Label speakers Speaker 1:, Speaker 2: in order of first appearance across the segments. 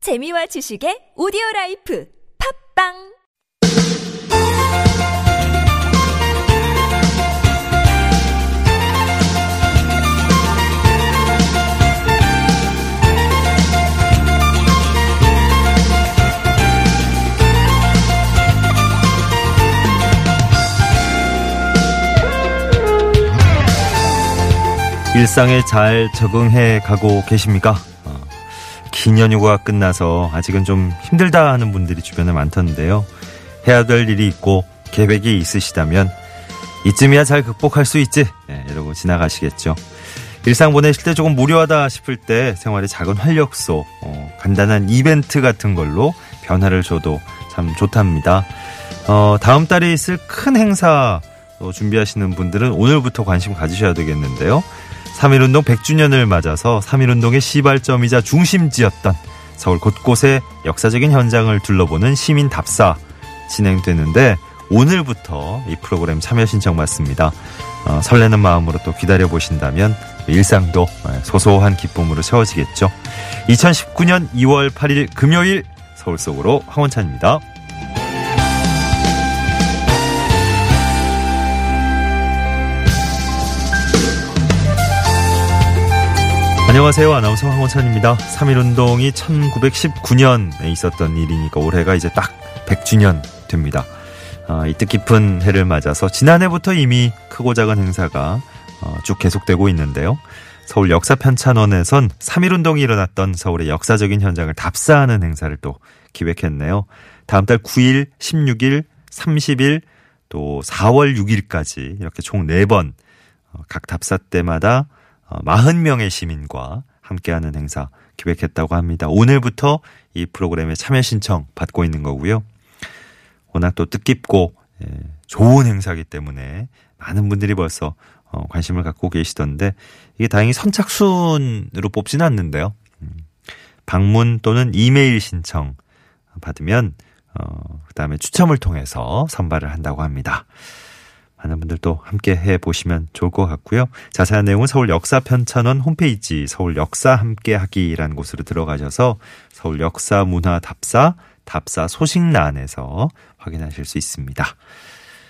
Speaker 1: 재미와 지식의 오디오 라이프 팝빵
Speaker 2: 일상에 잘 적응해 가고 계십니까? 어, 긴 연휴가 끝나서 아직은 좀 힘들다 하는 분들이 주변에 많던데요. 해야 될 일이 있고 계획이 있으시다면 이쯤이야 잘 극복할 수 있지. 예, 이러고 지나가시겠죠. 일상 보내실 때 조금 무료하다 싶을 때 생활의 작은 활력소, 어, 간단한 이벤트 같은 걸로 변화를 줘도 참 좋답니다. 어, 다음 달에 있을 큰 행사 어, 준비하시는 분들은 오늘부터 관심 가지셔야 되겠는데요. 3.1운동 100주년을 맞아서 3.1운동의 시발점이자 중심지였던 서울 곳곳의 역사적인 현장을 둘러보는 시민 답사 진행되는데 오늘부터 이 프로그램 참여 신청 받습니다. 어, 설레는 마음으로 또 기다려 보신다면 일상도 예, 소소한 기쁨으로 채워지겠죠. 2019년 2월 8일 금요일 서울 속으로 황원찬입니다. 안녕하세요. 아나운서 황호찬입니다. 3.1운동이 1919년에 있었던 일이니까 올해가 이제 딱 100주년 됩니다. 아, 이 뜻깊은 해를 맞아서 지난해부터 이미 크고 작은 행사가 어, 쭉 계속되고 있는데요. 서울 역사편찬원에선 3.1운동이 일어났던 서울의 역사적인 현장을 답사하는 행사를 또 기획했네요. 다음 달 9일, 16일, 30일, 또 4월 6일까지 이렇게 총 4번 어, 각 답사 때마다 어, 40명의 시민과 함께하는 행사 기획했다고 합니다. 오늘부터 이 프로그램에 참여 신청 받고 있는 거고요. 워낙 또 뜻깊고 예, 좋은 행사기 때문에 많은 분들이 벌써 어, 관심을 갖고 계시던데 이게 다행히 선착순으로 뽑진 않는데요. 음, 방문 또는 이메일 신청 받으면 어, 그다음에 추첨을 통해서 선발을 한다고 합니다. 많은 분들도 함께 해 보시면 좋을 것 같고요. 자세한 내용은 서울 역사 편찬원 홈페이지 서울 역사 함께하기라는 곳으로 들어가셔서 서울 역사 문화 답사 답사 소식란에서 확인하실 수 있습니다.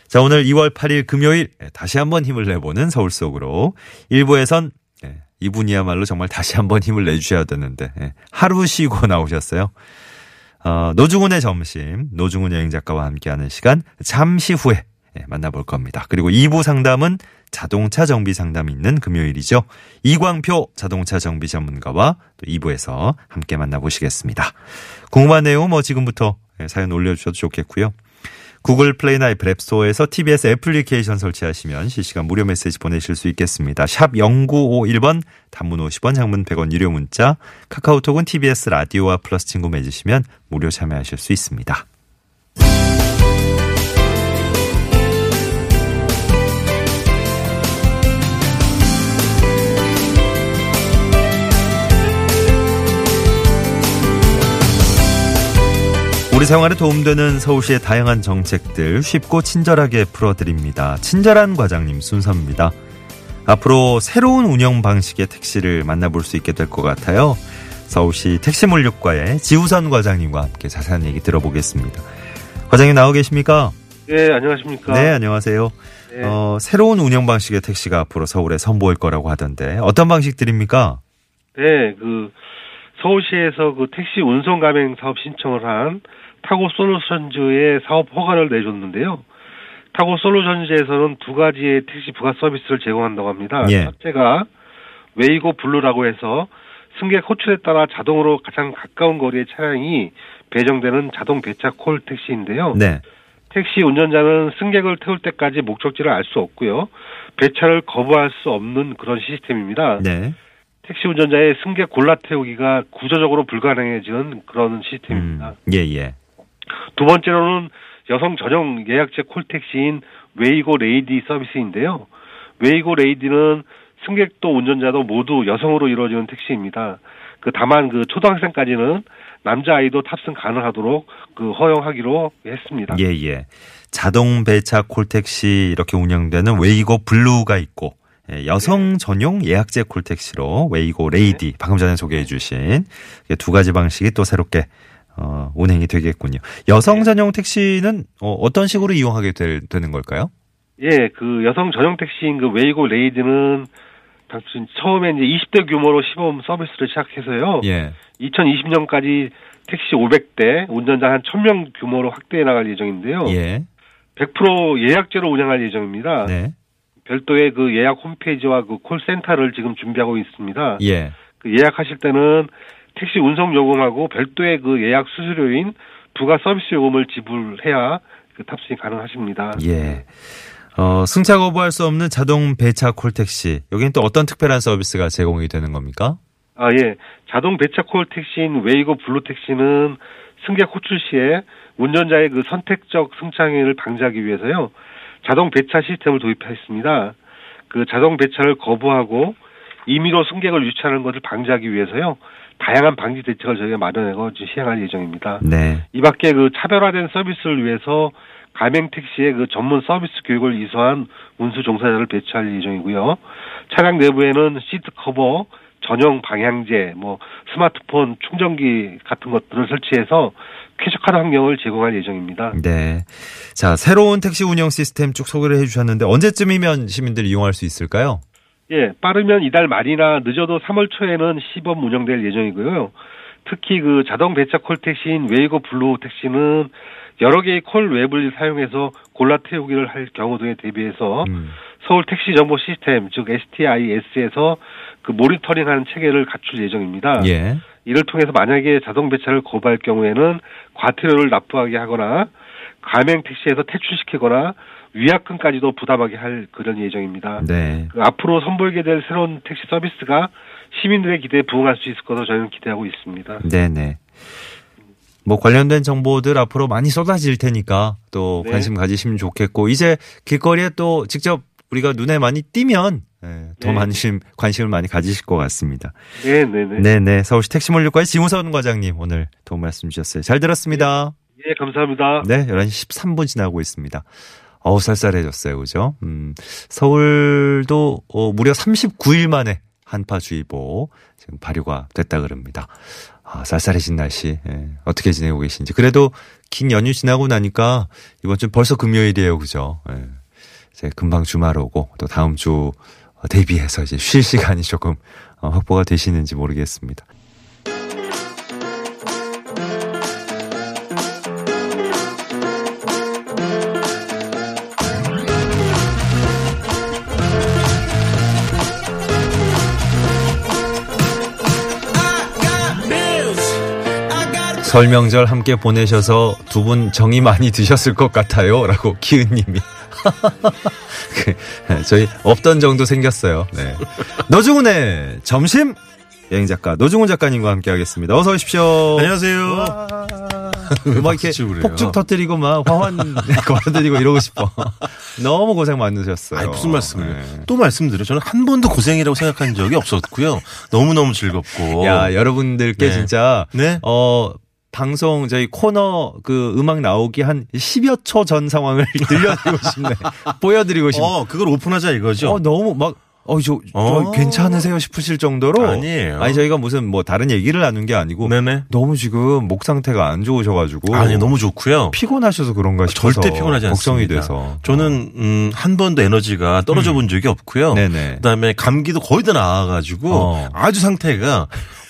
Speaker 2: 자, 오늘 2월 8일 금요일 예, 다시 한번 힘을 내보는 서울 속으로 일부에선 예, 이분이야말로 정말 다시 한번 힘을 내주셔야 되는데 예, 하루 쉬고 나오셨어요. 어, 노중훈의 점심, 노중훈 여행 작가와 함께하는 시간 잠시 후에 예, 만나볼 겁니다. 그리고 2부 상담은 자동차 정비 상담이 있는 금요일이죠. 이광표 자동차 정비 전문가와 또 2부에서 함께 만나보시겠습니다. 궁금한 내용 뭐 지금부터 예, 사연 올려주셔도 좋겠고요. 구글 플레이나 애플 앱스토어에서 TBS 애플리케이션 설치하시면 실시간 무료 메시지 보내실 수 있겠습니다. 샵 0951번 단문 50원 장문 100원 유료 문자 카카오톡은 TBS 라디오와 플러스 친구 맺으시면 무료 참여하실 수 있습니다. 우리 생활에 도움되는 서울시의 다양한 정책들 쉽고 친절하게 풀어드립니다. 친절한 과장님 순서입니다. 앞으로 새로운 운영 방식의 택시를 만나볼 수 있게 될 것 같아요. 서울시 택시물류과의 지우선 과장님과 함께 자세한 얘기 들어보겠습니다. 과장님 나오 계십니까?
Speaker 3: 예, 안녕하십니까.
Speaker 2: 네, 안녕하세요.
Speaker 3: 네.
Speaker 2: 어, 새로운 운영 방식의 택시가 앞으로 서울에 선보일 거라고 하던데 어떤 방식들입니까?
Speaker 3: 네, 그 서울시에서 그 택시 운송 가맹 사업 신청을 한 타고 솔루션즈의 사업 허가를 내줬는데요. 타고 솔루션즈에서는 두 가지의 택시 부가 서비스를 제공한다고 합니다.
Speaker 2: 예.
Speaker 3: 첫째가 웨이고 블루라고 해서 승객 호출에 따라 자동으로 가장 가까운 거리의 차량이 배정되는 자동 배차 콜 택시인데요.
Speaker 2: 네.
Speaker 3: 택시 운전자는 승객을 태울 때까지 목적지를 알 수 없고요. 배차를 거부할 수 없는 그런 시스템입니다.
Speaker 2: 네.
Speaker 3: 택시 운전자의 승객 골라 태우기가 구조적으로 불가능해지는 그런 시스템입니다.
Speaker 2: 음, 예, 예.
Speaker 3: 두 번째로는 여성 전용 예약제 콜택시인 웨이고 레이디 서비스인데요. 웨이고 레이디는 승객도 운전자도 모두 여성으로 이루어지는 택시입니다. 그 다만 그 초등학생까지는 남자 아이도 탑승 가능하도록 그 허용하기로 했습니다.
Speaker 2: 예, 예. 자동 배차 콜택시 이렇게 운영되는 웨이고 블루가 있고 예,
Speaker 3: 네.
Speaker 2: 여성 전용 예약제 콜택시로 웨이고 레이디 방금 전에 소개해 주신 이두 가지 방식이 또 새롭게 어, 운행이 되겠군요. 여성
Speaker 3: 네.
Speaker 2: 전용 택시는 어, 떤 식으로 이용하게 될, 되는 걸까요?
Speaker 3: 예, 그 여성 전용 택시인 그 웨이고 레이드는 당신 처음에 이제 20대 규모로 시범 서비스를 시작해서요.
Speaker 2: 예.
Speaker 3: 2020년까지 택시 500대, 운전자 한 1000명 규모로 확대해 나갈 예정인데요.
Speaker 2: 예.
Speaker 3: 100% 예약제로 운영할 예정입니다.
Speaker 2: 네.
Speaker 3: 별도의 그 예약 홈페이지와 그 콜센터를 지금 준비하고 있습니다.
Speaker 2: 예.
Speaker 3: 그 예약하실 때는 택시 운송 요금하고 별도의 그 예약 수수료인 부가 서비스 요금을 지불해야 그 탑승이 가능하십니다.
Speaker 2: 예. 어, 승차 거부할 수 없는 자동 배차 콜택시. 여기는 또 어떤 특별한 서비스가 제공이 되는 겁니까?
Speaker 3: 아, 예. 자동 배차 콜 택시인 웨이고 블루 택시는 승객 호출 시에 운전자의 그 선택적 승차행위를 방지하기 위해서요. 자동 배차 시스템을 도입했습니다. 그 자동 배차를 거부하고 임의로 승객을 유치하는 것을 방지하기 위해서요. 다양한 방지 대책을 저희가 마련하고 이제 시행할 예정입니다.
Speaker 2: 네.
Speaker 3: 이 밖에 그 차별화된 서비스를 위해서 가맹 택시의 그 전문 서비스 교육을 이수한 운수 종사자를 배치할 예정이고요. 차량 내부에는 시트 커버, 전용 방향제, 뭐 스마트폰 충전기 같은 것들을 설치해서 쾌적한 환경을 제공할 예정입니다.
Speaker 2: 네. 자, 새로운 택시 운영 시스템 쭉 소개를 해 주셨는데 언제쯤이면 시민들이 이용할 수 있을까요?
Speaker 3: 예, 빠르면 이달 말이나 늦어도 3월 초에는 시범 운영될 예정이고요. 특히 그 자동 배차 콜 택시인 웨이고 블루 택시는 여러 개의 콜 웹을 사용해서 골라 태우기를 할 경우 등에 대비해서
Speaker 2: 음.
Speaker 3: 서울 택시 정보 시스템 즉 STIS에서 그 모니터링하는 체계를 갖출 예정입니다.
Speaker 2: 예.
Speaker 3: 이를 통해서 만약에 자동 배차를 거부할 경우에는 과태료를 납부하게 하거나 가맹 택시에서 퇴출시키거나 위약금까지도 부담하게 할 그런 예정입니다.
Speaker 2: 네.
Speaker 3: 그 앞으로 선보이게 될 새로운 택시 서비스가 시민들의 기대에 부응할 수 있을 것으로 저희는 기대하고 있습니다.
Speaker 2: 네, 네. 뭐 관련된 정보들 앞으로 많이 쏟아질 테니까 또
Speaker 3: 네.
Speaker 2: 관심 가지시면 좋겠고 이제 길거리에 또 직접 우리가 눈에 많이 띄면 예, 더
Speaker 3: 네.
Speaker 2: 관심 관심을 많이 가지실 것 같습니다.
Speaker 3: 네, 네, 네.
Speaker 2: 네네. 서울시 택시물류과의 지무선 과장님 오늘 도움 말씀 주셨어요. 잘 들었습니다.
Speaker 3: 예, 감사합니다.
Speaker 2: 네. 11시 13분 지나고 있습니다. 어우, 쌀쌀해졌어요. 그죠? 음, 서울도 어, 무려 39일 만에 한파주의보 지금 발효가 됐다 그럽니다. 아, 쌀쌀해진 날씨. 예, 어떻게 지내고 계신지. 그래도 긴 연휴 지나고 나니까 이번 주 벌써 금요일이에요. 그죠? 예. 이제 금방 주말 오고 또 다음 주 어, 대비해서 이제 쉴 시간이 조금 어, 확보가 되시는지 모르겠습니다. 설 명절 함께 보내셔서 두 분 정이 많이 드셨을 것 같아요. 라고 키은님이. 그, 저희 없던 정도 생겼어요. 네. 노중훈의 점심! 여행 작가, 노중훈 작가님과 함께 하겠습니다. 어서 오십시오. 아,
Speaker 4: 안녕하세요.
Speaker 2: 막 이렇게
Speaker 4: 박수 치고 그래요?
Speaker 2: 폭죽 터뜨리고 막 화환 걸어드리고 이러고 싶어. 너무 고생 많으셨어요.
Speaker 4: 아니, 무슨 말씀을.
Speaker 2: 네.
Speaker 4: 또 말씀드려. 저는 한 번도 고생이라고 생각한 적이 없었고요. 너무너무 즐겁고.
Speaker 2: 야, 여러분들께
Speaker 4: 네.
Speaker 2: 진짜
Speaker 4: 네.
Speaker 2: 어 방송 저희 코너 그 음악 나오기 한 10여 초 전 상황을 들려드리고 싶네. 보여드리고 싶네. 어,
Speaker 4: 어, 그걸 오픈하자 이거죠.
Speaker 2: 너무 막 어, 저, 저
Speaker 4: 어.
Speaker 2: 괜찮으세요 싶으실 정도로
Speaker 4: 아니에요.
Speaker 2: 아니 저희가 무슨 뭐 다른 얘기를 나눈 게 아니고
Speaker 4: 네네.
Speaker 2: 너무 지금 목 상태가 안 좋으셔 가지고
Speaker 4: 아니, 너무 좋고요.
Speaker 2: 피곤하셔서 그런가 싶어서
Speaker 4: 절대 피곤하지 않습니다.
Speaker 2: 걱정이 돼서. 음.
Speaker 4: 저는 음, 한 번도 에너지가 떨어져 본 적이 없고요.
Speaker 2: 네네.
Speaker 4: 그다음에 감기도 거의 다 나아가지고
Speaker 2: 어.
Speaker 4: 아주 상태가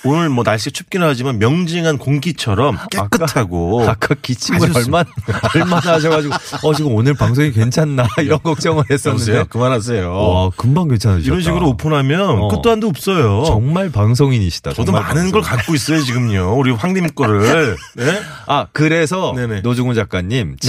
Speaker 4: 오늘 뭐 날씨 춥긴 하지만 명징한 공기처럼 깨끗하고
Speaker 2: 어. 아까 기침을
Speaker 4: 아주
Speaker 2: 얼마나 얼마나 하셔가지고 어 지금 오늘 방송이 괜찮나 이런 걱정을 했었는데
Speaker 4: 여보세요? 그만하세요.
Speaker 2: 와 금방 괜찮으셨다.
Speaker 4: 이런 식으로 오픈하면
Speaker 2: 어.
Speaker 4: 끝도 한도 없어요.
Speaker 2: 정말 방송인이시다.
Speaker 4: 저도
Speaker 2: 정말
Speaker 4: 많은
Speaker 2: 방송인.
Speaker 4: 걸 갖고 있어요 지금요. 우리 황님 거를. 네.
Speaker 2: 아 그래서
Speaker 4: 네네.
Speaker 2: 노중훈 작가님
Speaker 4: 네.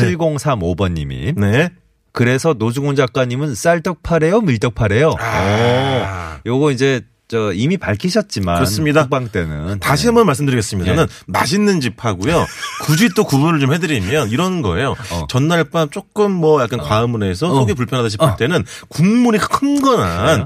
Speaker 2: 7035번님이
Speaker 4: 네.
Speaker 2: 그래서 노중훈 작가님은 쌀떡 파래요 밀떡 파래요.
Speaker 4: 아.
Speaker 2: 어, 요거 이제 저 이미 밝히셨지만
Speaker 4: 그렇습니다.
Speaker 2: 방 때는
Speaker 4: 다시
Speaker 2: 네.
Speaker 4: 한번 말씀드리겠습니다.
Speaker 2: 예.
Speaker 4: 저는 맛있는 집하고요. 굳이 또 구분을 좀 해드리면 이런 거예요.
Speaker 2: 어.
Speaker 4: 전날 밤 조금 뭐 약간 과음을 해서 속이 불편하다 싶을 때는 국물이 흥건한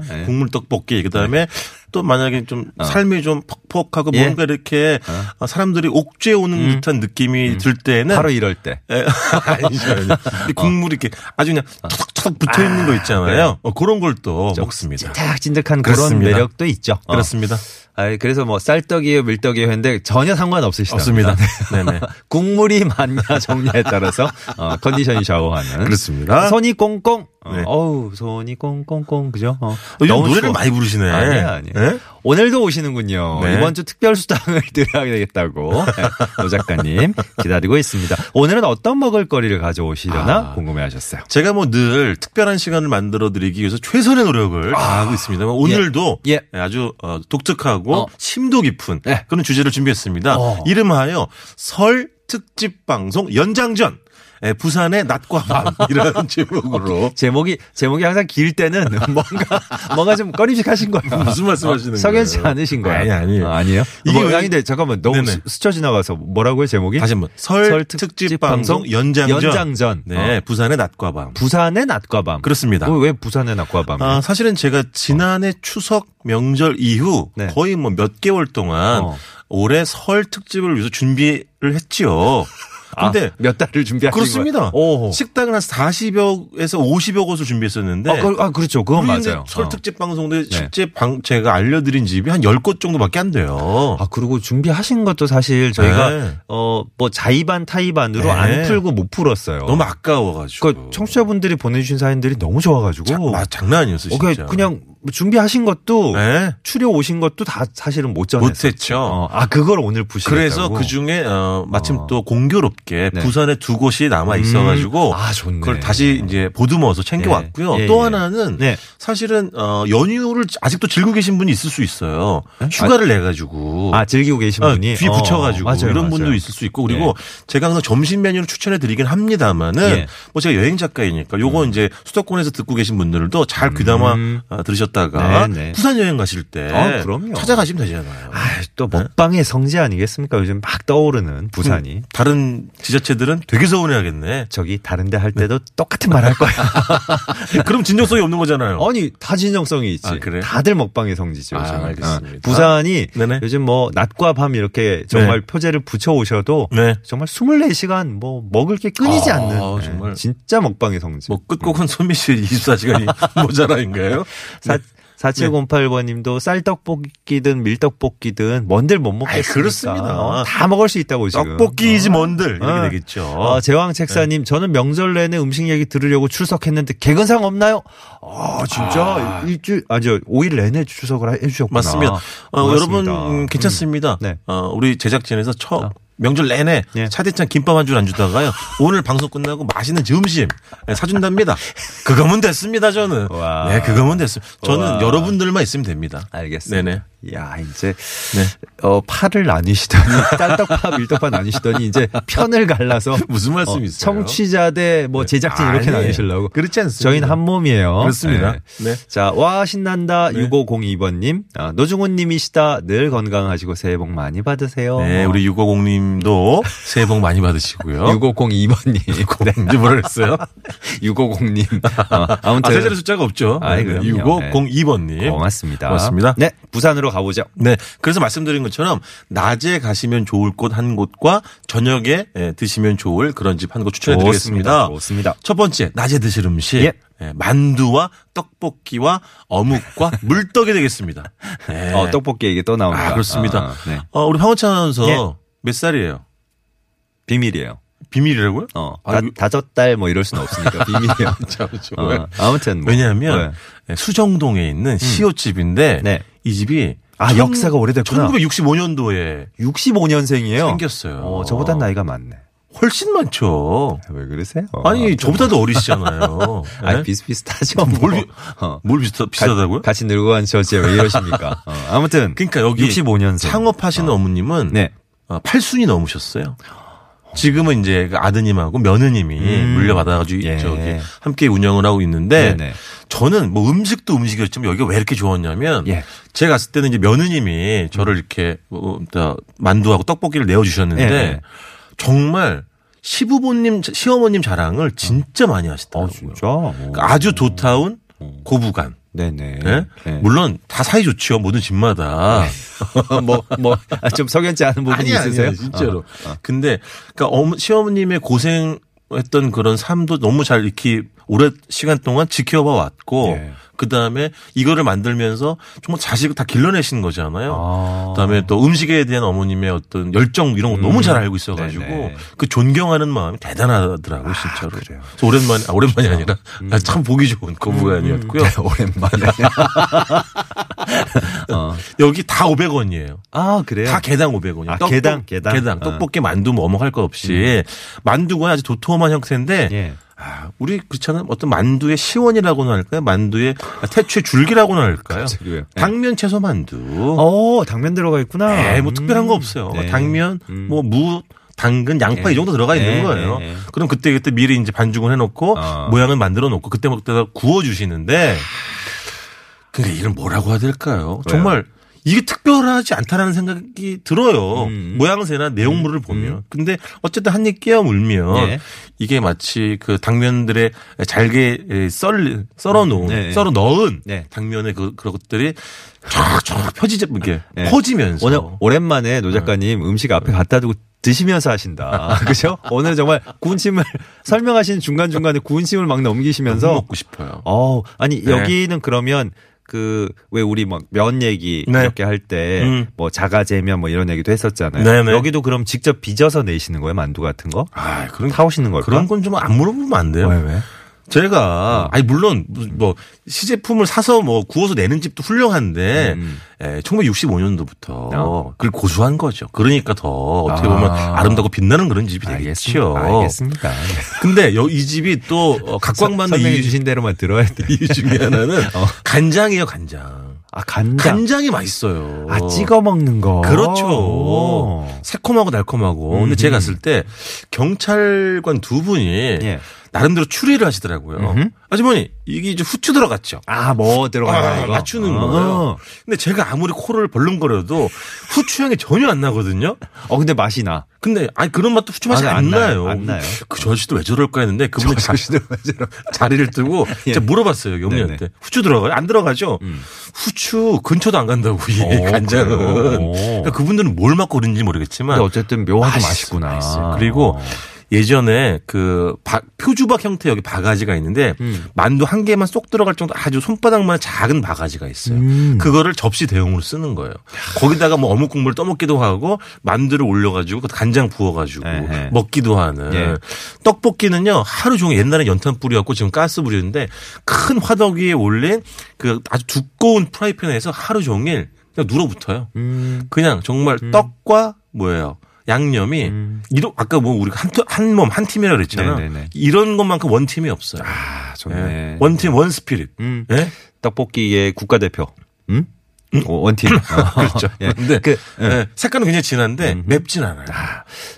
Speaker 2: 그래요? 어. 예.
Speaker 4: 국물 떡볶이 그다음에 또 만약에 좀
Speaker 2: 어.
Speaker 4: 삶이 좀 퍽퍽하고
Speaker 2: 예.
Speaker 4: 뭔가 이렇게
Speaker 2: 어.
Speaker 4: 아, 사람들이 옥죄 오는
Speaker 2: 음.
Speaker 4: 듯한 느낌이 들 때는
Speaker 2: 바로 이럴 어. 때.
Speaker 4: 예. 아니죠. 아니죠. 이 국물이 이렇게 아주 그냥 툭툭툭 붙어 있는 거
Speaker 2: 네.
Speaker 4: 있잖아요. 어, 그런 걸 또
Speaker 2: 그렇죠.
Speaker 4: 먹습니다.
Speaker 2: 찐득찐득한 그런
Speaker 4: 그렇습니다.
Speaker 2: 매력도 있죠. 어.
Speaker 4: 그렇습니다.
Speaker 2: 아, 그래서 뭐 쌀떡이에요, 밀떡이에요 했는데 전혀 상관없으시답니다.
Speaker 4: 없습니다. 네네.
Speaker 2: 국물이 많냐 적냐에 따라서 어, 컨디션이 좌우하는.
Speaker 4: 그렇습니다.
Speaker 2: 손이 꽁꽁. 어,
Speaker 4: 네.
Speaker 2: 어우, 손이 꽁꽁꽁 그죠? 어.
Speaker 4: 요즘
Speaker 2: 너무
Speaker 4: 노래를
Speaker 2: 추워.
Speaker 4: 많이 부르시네.
Speaker 2: 아니에요, 아니에요.
Speaker 4: 예?
Speaker 2: 오늘도 오시는군요.
Speaker 4: 네.
Speaker 2: 이번 주 특별 수당을 드려야 되겠다고 네, 노 작가님 기다리고 있습니다. 오늘은 어떤 먹을거리를 가져오시려나
Speaker 4: 아.
Speaker 2: 궁금해하셨어요.
Speaker 4: 제가 뭐 늘 특별한 시간을 만들어 드리기 위해서 최선의 노력을 다하고 있습니다만 오늘도
Speaker 2: 아. 예.
Speaker 4: 아주 어, 독특하고
Speaker 2: 어.
Speaker 4: 심도 깊은
Speaker 2: 네.
Speaker 4: 그런 주제를 준비했습니다.
Speaker 2: 어.
Speaker 4: 이름하여 설 특집 방송 연장전 예, 부산의 낮과
Speaker 2: 아.
Speaker 4: 밤이라는 제목으로
Speaker 2: 제목이 제목이 항상 길 때는 뭔가 뭔가 좀 꺼림직하신 거예요.
Speaker 4: 무슨 말씀하시는
Speaker 2: 석연치
Speaker 4: 거예요?
Speaker 2: 않으신 거예요.
Speaker 4: 아니, 아니에요.
Speaker 2: 아, 니에요
Speaker 4: 이게
Speaker 2: 이게
Speaker 4: 왜-
Speaker 2: 아닌데 잠깐만 너무
Speaker 4: 네네.
Speaker 2: 스- 스쳐 지나가서 뭐라고요 제목이?
Speaker 4: 다시 한번 설, 특집, 방송 연장전,
Speaker 2: 연장전.
Speaker 4: 네
Speaker 2: 어.
Speaker 4: 부산의 낮과 밤
Speaker 2: 부산의 낮과 밤.
Speaker 4: 그렇습니다.
Speaker 2: 어, 왜 부산의 낮과 밤?
Speaker 4: 아, 사실은 제가 지난해 추석 명절 이후
Speaker 2: 네.
Speaker 4: 거의 뭐 몇 개월 동안
Speaker 2: 어.
Speaker 4: 올해 설 특집을 위해서 준비를 했지요. 아, 근데
Speaker 2: 몇 달을 준비하신
Speaker 4: 그렇습니다.
Speaker 2: 아, 거예요? 오호.
Speaker 4: 식당을 한 40여에서 50여 곳을 준비했었는데
Speaker 2: 아, 그, 렇죠 그건
Speaker 4: 네. 우리 이제
Speaker 2: 맞아요.
Speaker 4: 설
Speaker 2: 어.
Speaker 4: 특집 방송도 실제 방 제가 알려드린 집이 한 10곳 정도밖에 안 돼요.
Speaker 2: 아, 그리고 준비하신 것도 사실 저희가
Speaker 4: 네.
Speaker 2: 어, 뭐 자의반 타의반으로
Speaker 4: 네.
Speaker 2: 안 풀고 못 풀었어요.
Speaker 4: 너무 아까워가지고.
Speaker 2: 그러니까 청취자분들이 보내주신 사연들이 너무 좋아가지고.
Speaker 4: 자, 와, 장난 아니었어
Speaker 2: 어,
Speaker 4: 진짜.
Speaker 2: 그냥, 그냥 뭐 준비하신 것도
Speaker 4: 네.
Speaker 2: 추려 오신 것도 다 사실은 못 전했어요.
Speaker 4: 못했죠.
Speaker 2: 어, 아 그걸 오늘 부시겠다고.
Speaker 4: 그래서 그 중에 어, 마침
Speaker 2: 어.
Speaker 4: 또 공교롭게
Speaker 2: 네.
Speaker 4: 부산에 두 곳이 남아 있어가지고
Speaker 2: 음. 아 좋네.
Speaker 4: 그걸 다시 이제 보듬어서 챙겨왔고요.
Speaker 2: 예, 예,
Speaker 4: 또
Speaker 2: 예.
Speaker 4: 하나는
Speaker 2: 네.
Speaker 4: 사실은 어, 연휴를 아직도 즐기고 계신 분이 있을 수 있어요. 휴가를 내 가지고.
Speaker 2: 네? 아 즐기고 계신 분이
Speaker 4: 뒤
Speaker 2: 어,
Speaker 4: 붙여가지고
Speaker 2: 맞아요,
Speaker 4: 이런
Speaker 2: 맞아요. 네.
Speaker 4: 분도 있을 수 있고 그리고 제가 항상 점심 메뉴를 추천해 드리긴 합니다만은
Speaker 2: 예.
Speaker 4: 뭐 제가 여행 작가이니까 요거 이제 수도권에서 듣고 계신 분들도 잘 귀담아
Speaker 2: 음.
Speaker 4: 어, 들으셨다가
Speaker 2: 네, 네.
Speaker 4: 부산 여행 가실 때
Speaker 2: 아, 그럼요.
Speaker 4: 찾아가시면 되잖아요.
Speaker 2: 아이, 또
Speaker 4: 네.
Speaker 2: 먹방의 성지 아니겠습니까? 요즘 막 떠오르는 부산이.
Speaker 4: 음. 다른 지자체들은 되게 서운해하겠네.
Speaker 2: 저기 다른데 할 때도 똑같은 말 할 거야.
Speaker 4: 그럼 진정성이 없는 거잖아요.
Speaker 2: 아니 다 진정성이 있지.
Speaker 4: 어. 아, 그래요?
Speaker 2: 다들 먹방의 성지죠.
Speaker 4: 아,
Speaker 2: 요즘은.
Speaker 4: 알겠습니다.
Speaker 2: 어, 부산이
Speaker 4: 네네.
Speaker 2: 요즘 뭐 낮과 밤 이렇게 정말 표제를 붙여 오셔도
Speaker 4: 네.
Speaker 2: 정말 24시간 뭐 먹을 게 끊이지
Speaker 4: 아,
Speaker 2: 않는
Speaker 4: 정말.
Speaker 2: 예, 진짜 먹방의 성지.
Speaker 4: 뭐 끝곡은 손미 씨의 24시간이 모자라인가요?
Speaker 2: 네. 사 4708번님도 쌀떡볶이든 밀떡볶이든 뭔들 못
Speaker 4: 아이,
Speaker 2: 먹겠습니까?
Speaker 4: 그렇습니다.
Speaker 2: 어, 다 먹을 수 있다고 지금.
Speaker 4: 떡볶이이지 뭔들 이렇게
Speaker 2: 어.
Speaker 4: 되겠죠. 네.
Speaker 2: 어, 제왕 책사님, 저는 명절 내내 음식 얘기 들으려고 출석했는데 개근상 없나요? 아, 진짜 일주일 아니요 5일 내내 출석을 해 주셨구나.
Speaker 4: 맞습니다. 어,
Speaker 2: 고맙습니다.
Speaker 4: 여러분 음, 괜찮습니다.
Speaker 2: 네. 아.
Speaker 4: 어, 우리 제작진에서 처 명절 내내
Speaker 2: 예.
Speaker 4: 차대찬 김밥 한 줄 안 주다가요. 오늘 방송 끝나고 맛있는 점심 네, 사준답니다. 그거면 됐습니다. 저는.
Speaker 2: 와.
Speaker 4: 네, 그거면 됐습니다. 저는
Speaker 2: 와.
Speaker 4: 여러분들만 있으면 됩니다.
Speaker 2: 알겠습니다.
Speaker 4: 네네. 네.
Speaker 2: 야, 이제 어, 팔을 나뉘시더니 쌀떡파 밀떡파 나뉘시더니 이제 편을 갈라서
Speaker 4: 무슨 말씀
Speaker 2: 어,
Speaker 4: 있어요? 네.
Speaker 2: 청취자 대 뭐 제작진 이렇게
Speaker 4: 아니에요.
Speaker 2: 나뉘시려고.
Speaker 4: 그렇지 않습니다.
Speaker 2: 저희는 한 몸이에요.
Speaker 4: 그렇습니다. 네.
Speaker 2: 자, 와 신난다 6502번님, 아, 노중훈 님이시다. 늘 건강하시고 새해 복 많이 받으세요.
Speaker 4: 네, 우리 650님도 새해 복 많이
Speaker 2: 어?
Speaker 4: 받으시고요.
Speaker 2: 6502번님. 네.
Speaker 4: 이제 뭐라 그랬어요?
Speaker 2: 6502님. 어,
Speaker 4: 아,
Speaker 2: 아무튼
Speaker 4: 세자리 숫자가 없죠.
Speaker 2: 아이,
Speaker 4: 네,
Speaker 2: 그럼요. 네.
Speaker 4: 6502번님.
Speaker 2: 고맙습니다.
Speaker 4: 고맙습니다.
Speaker 2: 네, 부산으로 가보죠.
Speaker 4: 네. 그래서 말씀드린 것처럼 낮에 가시면 좋을 곳 한 곳과 저녁에 예, 드시면 좋을 그런 집 한 곳 추천해 드리겠습니다.
Speaker 2: 좋습니다.
Speaker 4: 첫 번째, 낮에 드실 음식.
Speaker 2: 예.
Speaker 4: 예, 만두와 떡볶이와 어묵과 물떡이 되겠습니다. 네.
Speaker 2: 어, 떡볶이 얘기 또 나옵니다.
Speaker 4: 아, 그렇습니다.
Speaker 2: 아, 네.
Speaker 4: 어, 우리 황원찬 아나운서
Speaker 2: 예.
Speaker 4: 몇 살이에요?
Speaker 2: 비밀이에요.
Speaker 4: 비밀이라고요?
Speaker 2: 어,
Speaker 4: 아,
Speaker 2: 다,
Speaker 4: 이거-
Speaker 2: 다섯 달 뭐 이럴 수는 없으니까 비밀이에요.
Speaker 4: 참, 정말.
Speaker 2: 어, 아무튼 뭐.
Speaker 4: 왜냐하면 예, 수정동에 있는 시옷집인데
Speaker 2: 음. 네.
Speaker 4: 이 집이
Speaker 2: 아, 역사가 오래됐구나.
Speaker 4: 1965년도에
Speaker 2: 65년생이에요.
Speaker 4: 생겼어요.
Speaker 2: 네. 어, 저보단 나이가 많네.
Speaker 4: 훨씬 많죠.
Speaker 2: 왜 그러세요? 어.
Speaker 4: 아니 저보다도 어리시잖아요.
Speaker 2: 아니
Speaker 4: 네?
Speaker 2: 비슷비슷하죠. 뭐.
Speaker 4: 뭘, 비,
Speaker 2: 어.
Speaker 4: 뭘 비슷하,
Speaker 2: 가-
Speaker 4: 비슷하다고요?
Speaker 2: 같이 늙어 간 저지에 왜 이러십니까? 어, 아무튼
Speaker 4: 그러니까 여기
Speaker 2: 65년생.
Speaker 4: 창업하시는 어. 머님은 어,
Speaker 2: 네.
Speaker 4: 팔순이 넘으셨어요. 지금은 이제 그 아드님하고 며느님이
Speaker 2: 음.
Speaker 4: 물려받아가지고
Speaker 2: 예.
Speaker 4: 저기 함께 운영을 하고 있는데
Speaker 2: 네네.
Speaker 4: 저는 뭐 음식도 음식이었지만 여기가 왜 이렇게 좋았냐면
Speaker 2: 예.
Speaker 4: 제가 갔을 때는 이제 며느님이 저를 이렇게 어, 다 만두하고 떡볶이를 내어주셨는데
Speaker 2: 예.
Speaker 4: 정말 시부모님 시어머님 자랑을 아, 진짜 많이
Speaker 2: 어
Speaker 4: 하시더라고요.
Speaker 2: 진짜. 어.
Speaker 4: 그러니까 아주 도타운 고부간
Speaker 2: 네네.
Speaker 4: 예? 물론 다 사이 좋지요. 모든 집마다.
Speaker 2: 뭐, 뭐, 아, 좀 석연치 않은 부분이
Speaker 4: 아니,
Speaker 2: 있으세요? 어,
Speaker 4: 아니, 진짜로. 근데 그러니까 어머- 시어머님의 고생했던 그런 삶도 너무 잘 이렇게 오랜 시간 동안 지켜봐 왔고
Speaker 2: 예.
Speaker 4: 그 다음에 이거를 만들면서 정말 자식을 다 길러내신 거잖아요.
Speaker 2: 아.
Speaker 4: 그다음에 또 음식에 대한 어머님의 어떤 열정 이런 거 너무 잘 알고 있어가지고
Speaker 2: 음. 네네. 아,
Speaker 4: 그 존경하는 마음이 대단하더라고 요 진짜로.
Speaker 2: 그래요. 음.
Speaker 4: 서 오랜만에 아, 오랜만이 아니라 아, 참 보기 좋은 고부간이었고요.
Speaker 2: 오랜만에. 어.
Speaker 4: 여기 다 500원이에요.
Speaker 2: 아, 그래요?
Speaker 4: 다 개당 500원이요.
Speaker 2: 아, 개당, 개당. 아. 음.
Speaker 4: 떡볶이 만두 뭐 어묵 할거 없이 만두가 아주 도톰한 형태인데
Speaker 2: 예.
Speaker 4: 아, 우리 그렇잖아요. 어떤 만두의 시원이라고나 할까요? 만두의 아, 태초의 줄기라고나 할까요?
Speaker 2: 갑자기 왜요? 예.
Speaker 4: 당면 채소 만두.
Speaker 2: 어, 당면 들어가 있구나.
Speaker 4: 에, 뭐 특별한 거
Speaker 2: 음.
Speaker 4: 없어요.
Speaker 2: 네.
Speaker 4: 당면,
Speaker 2: 음.
Speaker 4: 뭐 무, 당근, 양파
Speaker 2: 예.
Speaker 4: 이 정도 들어가
Speaker 2: 예,
Speaker 4: 있는 거예요.
Speaker 2: 예, 예.
Speaker 4: 그럼 그때 그때 미리 이제 반죽을 해놓고
Speaker 2: 아.
Speaker 4: 모양을 만들어 놓고 그때 먹다가 구워 주시는데 그게 이걸 뭐라고 해야 될까요? 정말 이게 특별하지 않다라는 생각이 들어요.
Speaker 2: 음.
Speaker 4: 모양새나 내용물을 보면. 근데 어쨌든 한 입 깨어 물면
Speaker 2: 예.
Speaker 4: 이게 마치 그 당면들의 잘게 에, 썰 썰어 놓은
Speaker 2: 네.
Speaker 4: 썰어 넣은
Speaker 2: 네.
Speaker 4: 당면의 그 그런 것들이 쫙쫙 펴지지 이렇게
Speaker 2: 예.
Speaker 4: 퍼지면서
Speaker 2: 오늘 오랜만에 노 작가님 음식 앞에 갖다 두고 드시면서 하신다. 그죠? 오늘 정말 군침을 설명하시는 중간중간에 군침을 막
Speaker 4: 너무
Speaker 2: 넘기시면서
Speaker 4: 먹고 싶어요.
Speaker 2: 어, 아니
Speaker 4: 네.
Speaker 2: 여기는 그러면 그 왜 우리 막 면 얘기
Speaker 4: 네.
Speaker 2: 이렇게 할 때
Speaker 4: 음.
Speaker 2: 뭐 자가제면 뭐 이런 얘기도 했었잖아요.
Speaker 4: 네네.
Speaker 2: 여기도 그럼 직접 빚어서 내시는 거예요 만두 같은 거?
Speaker 4: 아, 그런
Speaker 2: 타오시는 걸까?
Speaker 4: 그런 건 좀 안 물어보면 안 돼요.
Speaker 2: 왜 음. 왜?
Speaker 4: 제가 아니 물론 무슨 뭐 시제품을 사서 뭐 구워서 내는 집도 훌륭한데
Speaker 2: 음.
Speaker 4: 에, 1965년도부터
Speaker 2: 어.
Speaker 4: 그걸 고수한 거죠. 그러니까 더 어떻게
Speaker 2: 아.
Speaker 4: 보면 아름답고 빛나는 그런 집이 되겠죠.
Speaker 2: 알겠습니다. 알겠습니다.
Speaker 4: 근데 여, 이 집이 또 어, 각광받는
Speaker 2: 설명해
Speaker 4: 이유,
Speaker 2: 주신 대로만 들어야 돼.
Speaker 4: 이유 중에 하나는 간장이에요, 간장.
Speaker 2: 아 어. 간장.
Speaker 4: 간장이 맛있어요.
Speaker 2: 아 찍어 먹는 거.
Speaker 4: 그렇죠.
Speaker 2: 오.
Speaker 4: 새콤하고 달콤하고.
Speaker 2: 음흠.
Speaker 4: 근데 제가 갔을 때 경찰관 두 분이
Speaker 2: 예.
Speaker 4: 나름대로 추리를 하시더라고요.
Speaker 2: 음흠.
Speaker 4: 아주머니 이게 이제 후추 들어갔죠.
Speaker 2: 아뭐 들어가나
Speaker 4: 아,
Speaker 2: 이거
Speaker 4: 맞추는
Speaker 2: 어.
Speaker 4: 거예요. 근데 제가 아무리 코를 벌렁거려도 후추 향이 전혀 안 나거든요.
Speaker 2: 어 근데 맛이 나.
Speaker 4: 근데 아니 그런 맛도 후추 맛이
Speaker 2: 아,
Speaker 4: 안,
Speaker 2: 안 나요.
Speaker 4: 나요.
Speaker 2: 안 나요.
Speaker 4: 그저 아저씨도 왜 저럴까 했는데 그분이 자, 자리를 뜨고
Speaker 2: 예.
Speaker 4: 제가 물어봤어요. 여기
Speaker 2: 네네.
Speaker 4: 언니한테 후추 들어가요? 안 들어가죠.
Speaker 2: 음.
Speaker 4: 후추 근처도 안 간다고 이
Speaker 2: 어,
Speaker 4: 간장은.
Speaker 2: 그래요? 오.
Speaker 4: 그러니까 그분들은 뭘 맞고 그런지 모르겠지만
Speaker 2: 근데 어쨌든 묘하게
Speaker 4: 맛있어,
Speaker 2: 맛있구나.
Speaker 4: 맛있어요. 그리고
Speaker 2: 어.
Speaker 4: 예전에 그 바- 표주박 형태 여기 바가지가 있는데
Speaker 2: 음.
Speaker 4: 만두 한 개만 쏙 들어갈 정도 아주 손바닥만 작은 바가지가 있어요.
Speaker 2: 음.
Speaker 4: 그거를 접시 대용으로 쓰는 거예요. 거기다가 뭐 어묵 국물 떠먹기도 하고 만두를 올려가지고 간장 부어가지고
Speaker 2: 에헤.
Speaker 4: 먹기도 하는
Speaker 2: 예.
Speaker 4: 떡볶이는요 하루 종일 옛날에 연탄 불이었고 지금 가스 불이었는데 큰 화덕 위에 올린 그 아주 두꺼운 프라이팬에서 하루 종일 그냥 눌어붙어요.
Speaker 2: 음. 음.
Speaker 4: 그냥 정말 떡과 뭐예요? 양념이 이런 아까 뭐 우리가 한한몸 한 팀이라 그랬잖아.
Speaker 2: 네네네.
Speaker 4: 이런 것만큼 원 팀이 없어요.
Speaker 2: 아 좋네.
Speaker 4: 예. 원 팀, 원 스피릿.
Speaker 2: 음.
Speaker 4: 예?
Speaker 2: 떡볶이의 국가대표. 음? 오, 원팀.
Speaker 4: 그렇죠.
Speaker 2: 예.
Speaker 4: 근데
Speaker 2: 그, 예.
Speaker 4: 예, 색깔은 굉장히 진한데 맵진 않아요.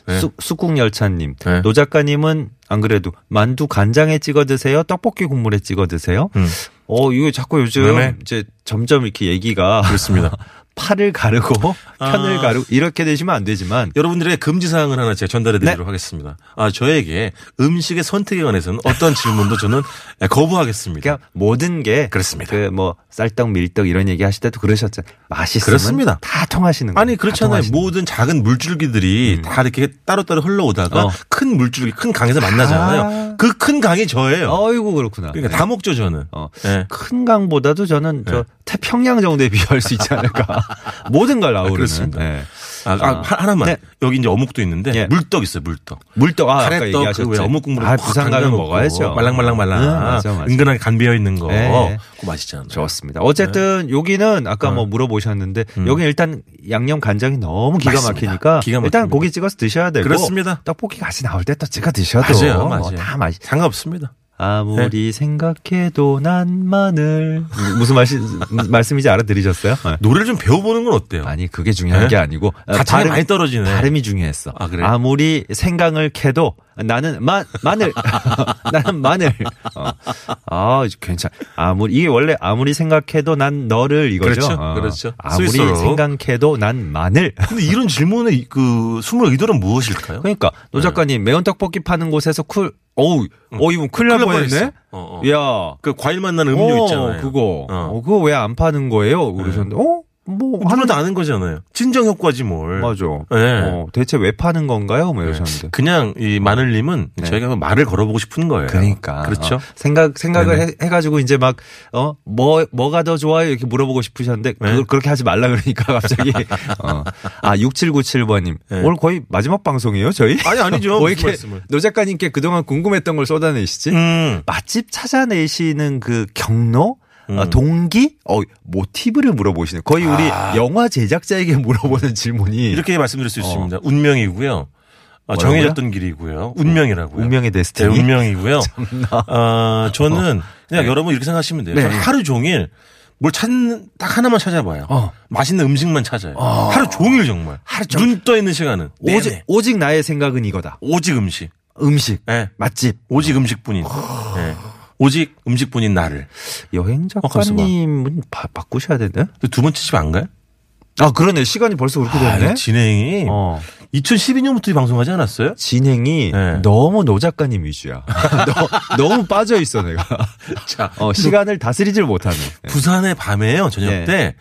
Speaker 4: 예.
Speaker 2: 수, 숙국열차님.
Speaker 4: 네.
Speaker 2: 노 작가님은 안 그래도 만두 간장에 찍어 드세요? 떡볶이 국물에 찍어 드세요?
Speaker 4: 음.
Speaker 2: 어, 이거 자꾸 요즘
Speaker 4: 네네.
Speaker 2: 이제 점점 이렇게 얘기가
Speaker 4: 그렇습니다.
Speaker 2: 팔을 가르고 편을
Speaker 4: 아.
Speaker 2: 가르고 이렇게 되시면 안 되지만
Speaker 4: 여러분들의 금지 사항을 하나 제가 전달해
Speaker 2: 네.
Speaker 4: 드리도록 하겠습니다. 아, 저에게 음식의 선택에 관해서는 어떤 질문도 저는 예, 거부하겠습니다.
Speaker 2: 그러니까 모든 게
Speaker 4: 그렇습니다.
Speaker 2: 그 뭐 쌀떡 밀떡 이런 얘기 하실 때도 그러셨잖아요. 맛있으면
Speaker 4: 그렇습니다.
Speaker 2: 다 통하시는 거예요.
Speaker 4: 아니
Speaker 2: 다
Speaker 4: 그렇잖아요.
Speaker 2: 통하시는 거예요. 음.
Speaker 4: 모든 작은 물줄기들이 다 이렇게 따로따로 흘러오다가
Speaker 2: 어.
Speaker 4: 큰 물줄기, 큰 강에서 만나잖아요.
Speaker 2: 아.
Speaker 4: 그 큰 강이 저예요.
Speaker 2: 어이구 그렇구나.
Speaker 4: 그러니까
Speaker 2: 네.
Speaker 4: 다 먹죠 저는.
Speaker 2: 어.
Speaker 4: 예.
Speaker 2: 큰 강보다도 저는 저 태평양 정도에 비할 수 있지 않을까. 모든 걸 아우르는.
Speaker 4: 그렇습니다.
Speaker 2: 네.
Speaker 4: 아, 아, 하- 하나만
Speaker 2: 네.
Speaker 4: 여기 이제 어묵도 있는데
Speaker 2: 예.
Speaker 4: 물떡 있어요 물떡.
Speaker 2: 물떡 아, 아까
Speaker 4: 카레떡
Speaker 2: 얘기하셨죠.
Speaker 4: 그왜 어묵 국물에
Speaker 2: 아,
Speaker 4: 푹
Speaker 2: 부산 가면
Speaker 4: 담가놓고
Speaker 2: 먹어야죠.
Speaker 4: 말랑말랑말랑
Speaker 2: 응, 맞아, 맞아.
Speaker 4: 은근하게 간 배어 있는 거.
Speaker 2: 예.
Speaker 4: 그거 맛있잖아요.
Speaker 2: 좋습니다. 어쨌든
Speaker 4: 네.
Speaker 2: 여기는 아까 뭐 물어보셨는데 여기 일단 양념 간장이 너무 기가
Speaker 4: 음. 맞습니다.
Speaker 2: 막히니까
Speaker 4: 기가 막힙니다.
Speaker 2: 일단 고기 찍어서 드셔야 되고
Speaker 4: 그렇습니다.
Speaker 2: 떡볶이 같이 나올 때 또 찍어 드셔도
Speaker 4: 맞아요, 네.
Speaker 2: 뭐
Speaker 4: 맞아요.
Speaker 2: 다 맛이
Speaker 4: 상관없습니다.
Speaker 2: 아무리 생각해도 난 마늘 무슨 말이 말씀인지 알아들으셨어요? 네.
Speaker 4: 노래를 좀 배워보는 건 어때요?
Speaker 2: 아니 그게 중요한
Speaker 4: 네?
Speaker 2: 게 아니고 어,
Speaker 4: 가창이 많이 떨어지네.
Speaker 2: 발음이 중요했어.
Speaker 4: 아, 그래요?
Speaker 2: 무리 생강을 캐도 나는 마, 마늘 나는 마늘. 어. 아 괜찮. 아무리 이게 원래 아무리 생각해도 난 너를 이거죠.
Speaker 4: 그렇죠,
Speaker 2: 어.
Speaker 4: 그렇죠.
Speaker 2: 아무리
Speaker 4: 스위스어로.
Speaker 2: 생각해도 난 마늘.
Speaker 4: 근데 이런 질문의 그 숨을 의도는 무엇일까요?
Speaker 2: 네. 그러니까 노 작가님 매운 떡볶이 파는 곳에서 쿨 어우, 어, 이분 큰일 날 뻔했네?
Speaker 4: 뻔했어. 어, 어.
Speaker 2: 야.
Speaker 4: 그 과일 맛 나는 음료
Speaker 2: 어,
Speaker 4: 있잖아요.
Speaker 2: 그거.
Speaker 4: 어. 네.
Speaker 2: 어, 그거 왜 안 파는 거예요? 그러셨는데, 어? 뭐, 하는,
Speaker 4: 누구나 아는 거잖아요. 진정 효과지 뭘.
Speaker 2: 맞아.
Speaker 4: 네.
Speaker 2: 어, 대체 왜 파는 건가요? 뭐 이러셨는데.
Speaker 4: 그냥 이 마늘님은 저희가 한번 말을 걸어보고 싶은 거예요.
Speaker 2: 네. 그러니까.
Speaker 4: 그렇죠.
Speaker 2: 어, 생각, 생각을 해, 가지고 이제 막, 어, 뭐, 뭐가 더 좋아요? 이렇게 물어보고 싶으셨는데, 그걸 그렇게 하지 말라 그러니까 갑자기. 네. 어. 아, 6797번님.
Speaker 4: 네.
Speaker 2: 오늘 거의 마지막 방송이에요, 저희?
Speaker 4: 아니, 아니죠.
Speaker 2: 뭐
Speaker 4: 무슨
Speaker 2: 이렇게
Speaker 4: 말씀을.
Speaker 2: 노 작가님께 그동안 궁금했던 걸 쏟아내시지?
Speaker 4: 음.
Speaker 2: 맛집 찾아내시는 그 경로? 아, 동기? 어, 모티브를 물어보시는. 거의 우리 영화 제작자에게 물어보는 아. 질문이.
Speaker 4: 이렇게 말씀드릴 수 있습니다. 운명이고요.
Speaker 2: 예.
Speaker 4: 아,
Speaker 2: 어. 뭐라고요?
Speaker 4: 정해졌던 길이고요. 운명이라고요.
Speaker 2: 네, 운명의
Speaker 4: 제
Speaker 2: 데스티니.
Speaker 4: 운명이고요. 아, 저는 그냥 여러분 이렇게 생각하시면 돼요.
Speaker 2: 어. 네.
Speaker 4: 저는 하루 종일 뭘 찾는 딱 하나만 찾아봐요.
Speaker 2: 어.
Speaker 4: 맛있는 음식만 찾아요. 하루 종일 정말. 하루
Speaker 2: 종일.
Speaker 4: 눈떠 있는 시간은
Speaker 2: 오직,
Speaker 4: 오직
Speaker 2: 오직 나의 생각은 이거다.
Speaker 4: 오직 음식.
Speaker 2: 음식.
Speaker 4: 예.
Speaker 2: 맛집.
Speaker 4: 오직 음식뿐인.
Speaker 2: 어.
Speaker 4: 예. 오직 음식뿐인 나를.
Speaker 2: 여행 작가님은 바, 바꾸셔야 되네.
Speaker 4: 근데 두 번째 집 안 가요?
Speaker 2: 아 그러네 시간이 벌써 그렇게
Speaker 4: 아,
Speaker 2: 됐네.
Speaker 4: 이 진행이
Speaker 2: 어.
Speaker 4: 2012년부터 이 방송하지 않았어요?
Speaker 2: 진행이
Speaker 4: 네.
Speaker 2: 너무 노 작가님 위주야. 너, 너무 빠져 있어 내가.
Speaker 4: 자,
Speaker 2: 어, 시간을 다스리질 못하는. 네.
Speaker 4: 부산의 밤에요 저녁
Speaker 2: 네.
Speaker 4: 때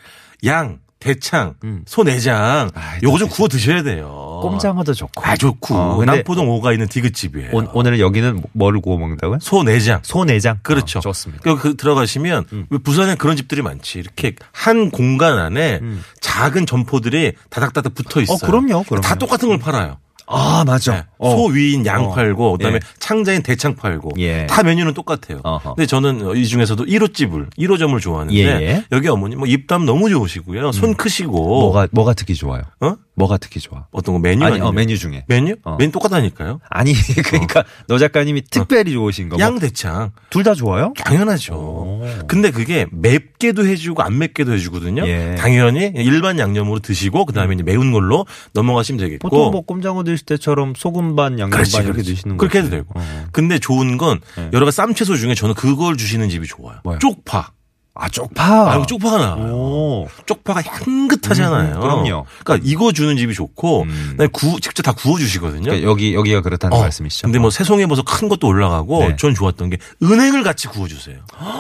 Speaker 4: 양, 대창,
Speaker 2: 음.
Speaker 4: 소내장
Speaker 2: 아,
Speaker 4: 요거 좀 구워 드셔야 돼요.
Speaker 2: 꼼장어도 좋고.
Speaker 4: 아 좋고
Speaker 2: 어, 근데
Speaker 4: 남포동 5가 있는 디귿집이에요.
Speaker 2: 오, 오늘은 여기는 뭐를 구워 먹는다고요?
Speaker 4: 소내장.
Speaker 2: 소내장.
Speaker 4: 그렇죠.
Speaker 2: 어, 좋습니다. 음.
Speaker 4: 그, 그 들어가시면 왜 부산에 그런 집들이 많지. 이렇게 한 공간 안에 작은 점포들이 다닥다닥 붙어 있어요.
Speaker 2: 음. 어, 그럼요, 그럼요.
Speaker 4: 다 똑같은 걸 팔아요.
Speaker 2: 아 맞아.
Speaker 4: 네. 소 위인 양
Speaker 2: 어.
Speaker 4: 팔고 그다음에
Speaker 2: 예.
Speaker 4: 창자인 대창 팔고
Speaker 2: 예.
Speaker 4: 다 메뉴는 똑같아요.
Speaker 2: 어허.
Speaker 4: 근데 저는 이 중에서도 1호집을 1호점을 좋아하는데
Speaker 2: 예, 예.
Speaker 4: 여기 어머니 뭐 입담 너무 좋으시고요. 손 크시고
Speaker 2: 뭐가 뭐가 특히 좋아요?
Speaker 4: 어?
Speaker 2: 뭐가 특히 좋아?
Speaker 4: 어떤 거 메뉴
Speaker 2: 아니
Speaker 4: 아니면
Speaker 2: 어, 메뉴 중에.
Speaker 4: 메뉴?
Speaker 2: 어.
Speaker 4: 메뉴 똑같다니까요.
Speaker 2: 아니 그러니까 노 작가님이 특별히 좋으신 거. 뭐
Speaker 4: 양 대창
Speaker 2: 둘 다 좋아요?
Speaker 4: 당연하죠. 근데 그게 맵게도 해주고 안 맵게도 해주거든요.
Speaker 2: 예.
Speaker 4: 당연히 일반 양념으로 드시고 그다음에 이제 매운 걸로 넘어가시면 되겠고.
Speaker 2: 보통 뭐 꼼장어 드실 때처럼 소금 반 양념
Speaker 4: 그렇지,
Speaker 2: 반 이렇게
Speaker 4: 그렇지.
Speaker 2: 드시는 거
Speaker 4: 그렇게 해도
Speaker 2: 같아요.
Speaker 4: 되고.
Speaker 2: 어. 네.
Speaker 4: 근데 좋은 건 여러 가지 쌈채소 중에 저는 그걸 주시는 집이 좋아요.
Speaker 2: 뭐요?
Speaker 4: 쪽파.
Speaker 2: 아 쪽파.
Speaker 4: 아, 이거 쪽파가 나와요.
Speaker 2: 오.
Speaker 4: 쪽파가 향긋하잖아요.
Speaker 2: 음, 그럼요.
Speaker 4: 그러니까 이거 주는 집이 좋고
Speaker 2: 음.
Speaker 4: 그다음에 구 직접 다 구워 주시거든요.
Speaker 2: 그러니까 여기 여기가 그렇다는
Speaker 4: 어,
Speaker 2: 말씀이시죠?
Speaker 4: 근데 뭐 세송해 버섯 큰 것도 올라가고
Speaker 2: 네.
Speaker 4: 전 좋았던 게 은행을 같이 구워 주세요.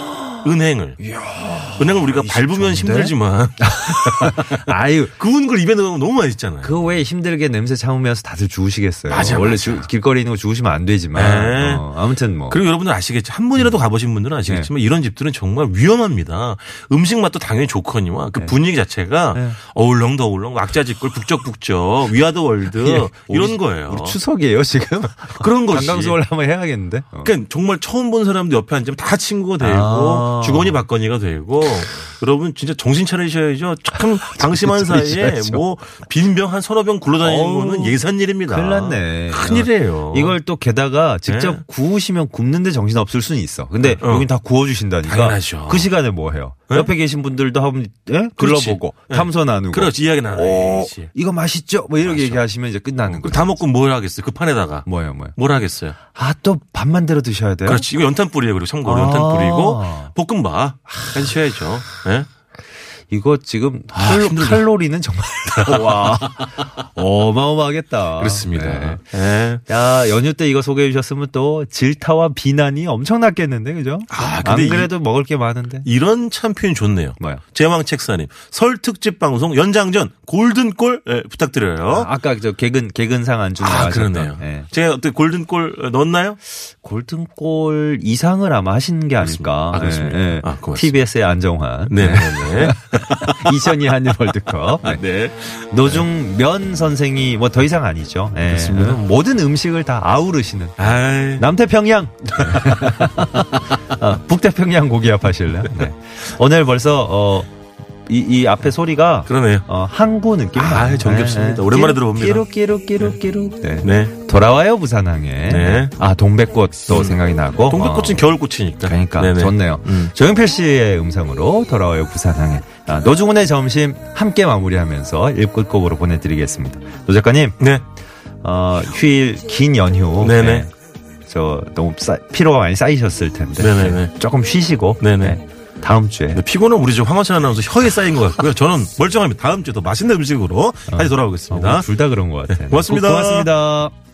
Speaker 4: 은행을. 은행을 우리가 밟으면 힘들지만
Speaker 2: 아. 아유
Speaker 4: 구운 걸 입에 넣으면 너무 맛있잖아요.
Speaker 2: 그 왜 힘들게 냄새 참으면서 다들 주우시겠어요.
Speaker 4: 맞아,
Speaker 2: 원래
Speaker 4: 맞아.
Speaker 2: 주- 길거리 있는 거 주우시면 안
Speaker 4: 네.
Speaker 2: 되지만 어, 음. 네. 아무튼 뭐.
Speaker 4: 그리고 여러분들 아시겠죠. 한 번이라도 가보신 분들은 아시겠지만 이런 집들은 정말 위험합니다. 음식 맛도 당연히 좋거니와
Speaker 2: 네.
Speaker 4: 그 분위기 자체가 어울렁더울렁 왁자지껄 북적북적 위아더 월드 이런
Speaker 2: 우리-
Speaker 4: 거예요.
Speaker 2: 우리 추석이에요 지금.
Speaker 4: 그런 거지.
Speaker 2: 관광수월 한번 해야겠는데. 어.
Speaker 4: 그러니까 정말 처음 본 사람도 옆에 앉으면 다 친구가 되고
Speaker 2: 아.
Speaker 4: 주거니 받거니가 되고 여러분 진짜 정신 차리셔야죠. 참 방심한 사이에
Speaker 2: 차리셔야죠.
Speaker 4: 뭐 빈병 한 서너 병 굴러다니는
Speaker 2: 어우,
Speaker 4: 거는 예산 일입니다.
Speaker 2: 큰일 났네. 어.
Speaker 4: 큰일이에요.
Speaker 2: 이걸 또 게다가 직접
Speaker 4: 네.
Speaker 2: 구우시면 굽는데 정신 없을 수는 있어. 근데
Speaker 4: 어.
Speaker 2: 여긴 다 구워주신다니까.
Speaker 4: 당연하죠.
Speaker 2: 그 시간에 뭐 해요?
Speaker 4: 네?
Speaker 2: 옆에 계신 분들도 한번 예?
Speaker 4: 그렇지.
Speaker 2: 둘러보고
Speaker 4: 네.
Speaker 2: 탐소 나누고.
Speaker 4: 그렇지 이야기 나눠야지.
Speaker 2: 어, 이거 맛있죠? 뭐 이렇게 얘기하시면 이제 끝나는 거예요.
Speaker 4: 다 먹고 뭘 하겠어요? 그 판에다가
Speaker 2: 뭐예요, 뭐예요?
Speaker 4: 뭘 하겠어요? 그렇죠.
Speaker 2: 아, 또 밥만 들어 드셔야 돼요?
Speaker 4: 그렇지. 이거 연탄 뿌리예요. 그리고 참고로
Speaker 2: 아.
Speaker 4: 연탄 뿌리고 볶음밥 해주셔야죠. 예?
Speaker 2: 이거 지금
Speaker 4: 아,
Speaker 2: 칼로,
Speaker 4: 힘들다.
Speaker 2: 칼로리는 정말 와 어마어마하겠다.
Speaker 4: 그렇습니다.
Speaker 2: 네.
Speaker 4: 예.
Speaker 2: 야 연휴 때 이거 소개해 주셨으면 또 질타와 비난이 엄청났겠는데 그죠?
Speaker 4: 아, 근데
Speaker 2: 안 그래도 먹을 게 많은데.
Speaker 4: 이런 참 표현 좋네요.
Speaker 2: 뭐요?
Speaker 4: 제왕 책사님 설 특집 방송 연장전 골든골 예, 부탁드려요.
Speaker 2: 아, 까저 개근 개근상 안 주는
Speaker 4: 아,
Speaker 2: 거 하셨던,
Speaker 4: 그러네요.
Speaker 2: 예.
Speaker 4: 제가 어떻게 골든골 넣었나요?
Speaker 2: 골든골 이상을 아마 하신 게 아닐까.
Speaker 4: 그렇습니다. 아, 그렇습니다. 아, 고맙습니다.
Speaker 2: TBS의 안정환.
Speaker 4: 네, 네, 네.
Speaker 2: 2002 한일 월드컵. 네.
Speaker 4: 네.
Speaker 2: 노중면 선생이 뭐 더 이상 아니죠. 예.
Speaker 4: 그렇습니다.
Speaker 2: 모든 음식을 다 아우르시는
Speaker 4: 아이,
Speaker 2: 남태평양, 아, 북태평양 고기압 하실래요? 네. 오늘 벌써 어, 이, 이 앞에 소리가
Speaker 4: 그러네요.
Speaker 2: 어, 항구 느낌.
Speaker 4: 아, 정겹습니다. 오랜만에 들어봅니다.
Speaker 2: 끼룩 끼룩 끼룩 끼룩. 네.
Speaker 4: 네.
Speaker 2: 돌아와요 부산항에.
Speaker 4: 네. 음.
Speaker 2: 아 동백꽃도 생각이 나고.
Speaker 4: 동백꽃은
Speaker 2: 어,
Speaker 4: 겨울꽃이니까.
Speaker 2: 그러니까
Speaker 4: 네네.
Speaker 2: 좋네요.
Speaker 4: 음.
Speaker 2: 조영필 씨의 음성으로 돌아와요 부산항에. 아, 노중훈의 점심 함께 마무리하면서 일끝곡으로 보내드리겠습니다. 노 작가님
Speaker 4: 네.
Speaker 2: 어, 휴일 긴 연휴.
Speaker 4: 네네.
Speaker 2: 네. 저 너무 쌓- 피로가 많이 쌓이셨을 텐데
Speaker 4: 네네네.
Speaker 2: 조금 쉬시고
Speaker 4: 네네.
Speaker 2: 네, 다음 주에
Speaker 4: 근데 피곤은 우리 지금 황원찬 아나운서 혀에 쌓인 것 같고요. 저는
Speaker 2: 어.
Speaker 4: 멀쩡합니다. 다음 주에 더 맛있는 음식으로 다시 돌아오겠습니다.
Speaker 2: 둘 다 그런 것 같아요.
Speaker 4: 고맙습니다.
Speaker 2: 고맙습니다.